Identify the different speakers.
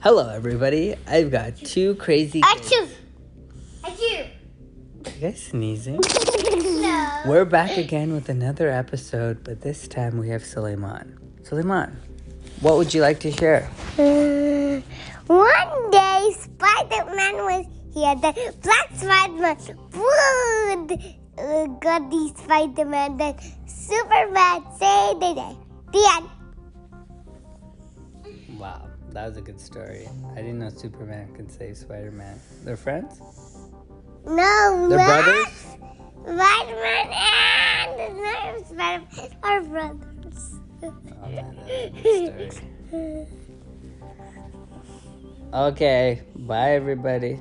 Speaker 1: Hello, everybody. I've got two crazy kids.
Speaker 2: Achoo! Achoo!
Speaker 1: You guys sneezing.
Speaker 2: no.
Speaker 1: We're back again with another episode, but this time we have Suleiman. Suleiman, what would you like to share?
Speaker 2: Uh, one day, Spider-Man was here. The Black Spider-Man would uh, got the Spider-Man. Then Superman saved the day. The end.
Speaker 1: Wow, that was a good story. I didn't know Superman could save Spider Man. They're friends?
Speaker 2: No,
Speaker 1: They're
Speaker 2: Black
Speaker 1: brothers?
Speaker 2: Spider-Man and another Spider-Man are brothers.
Speaker 1: Oh, man, that was a good story. Okay, bye, everybody.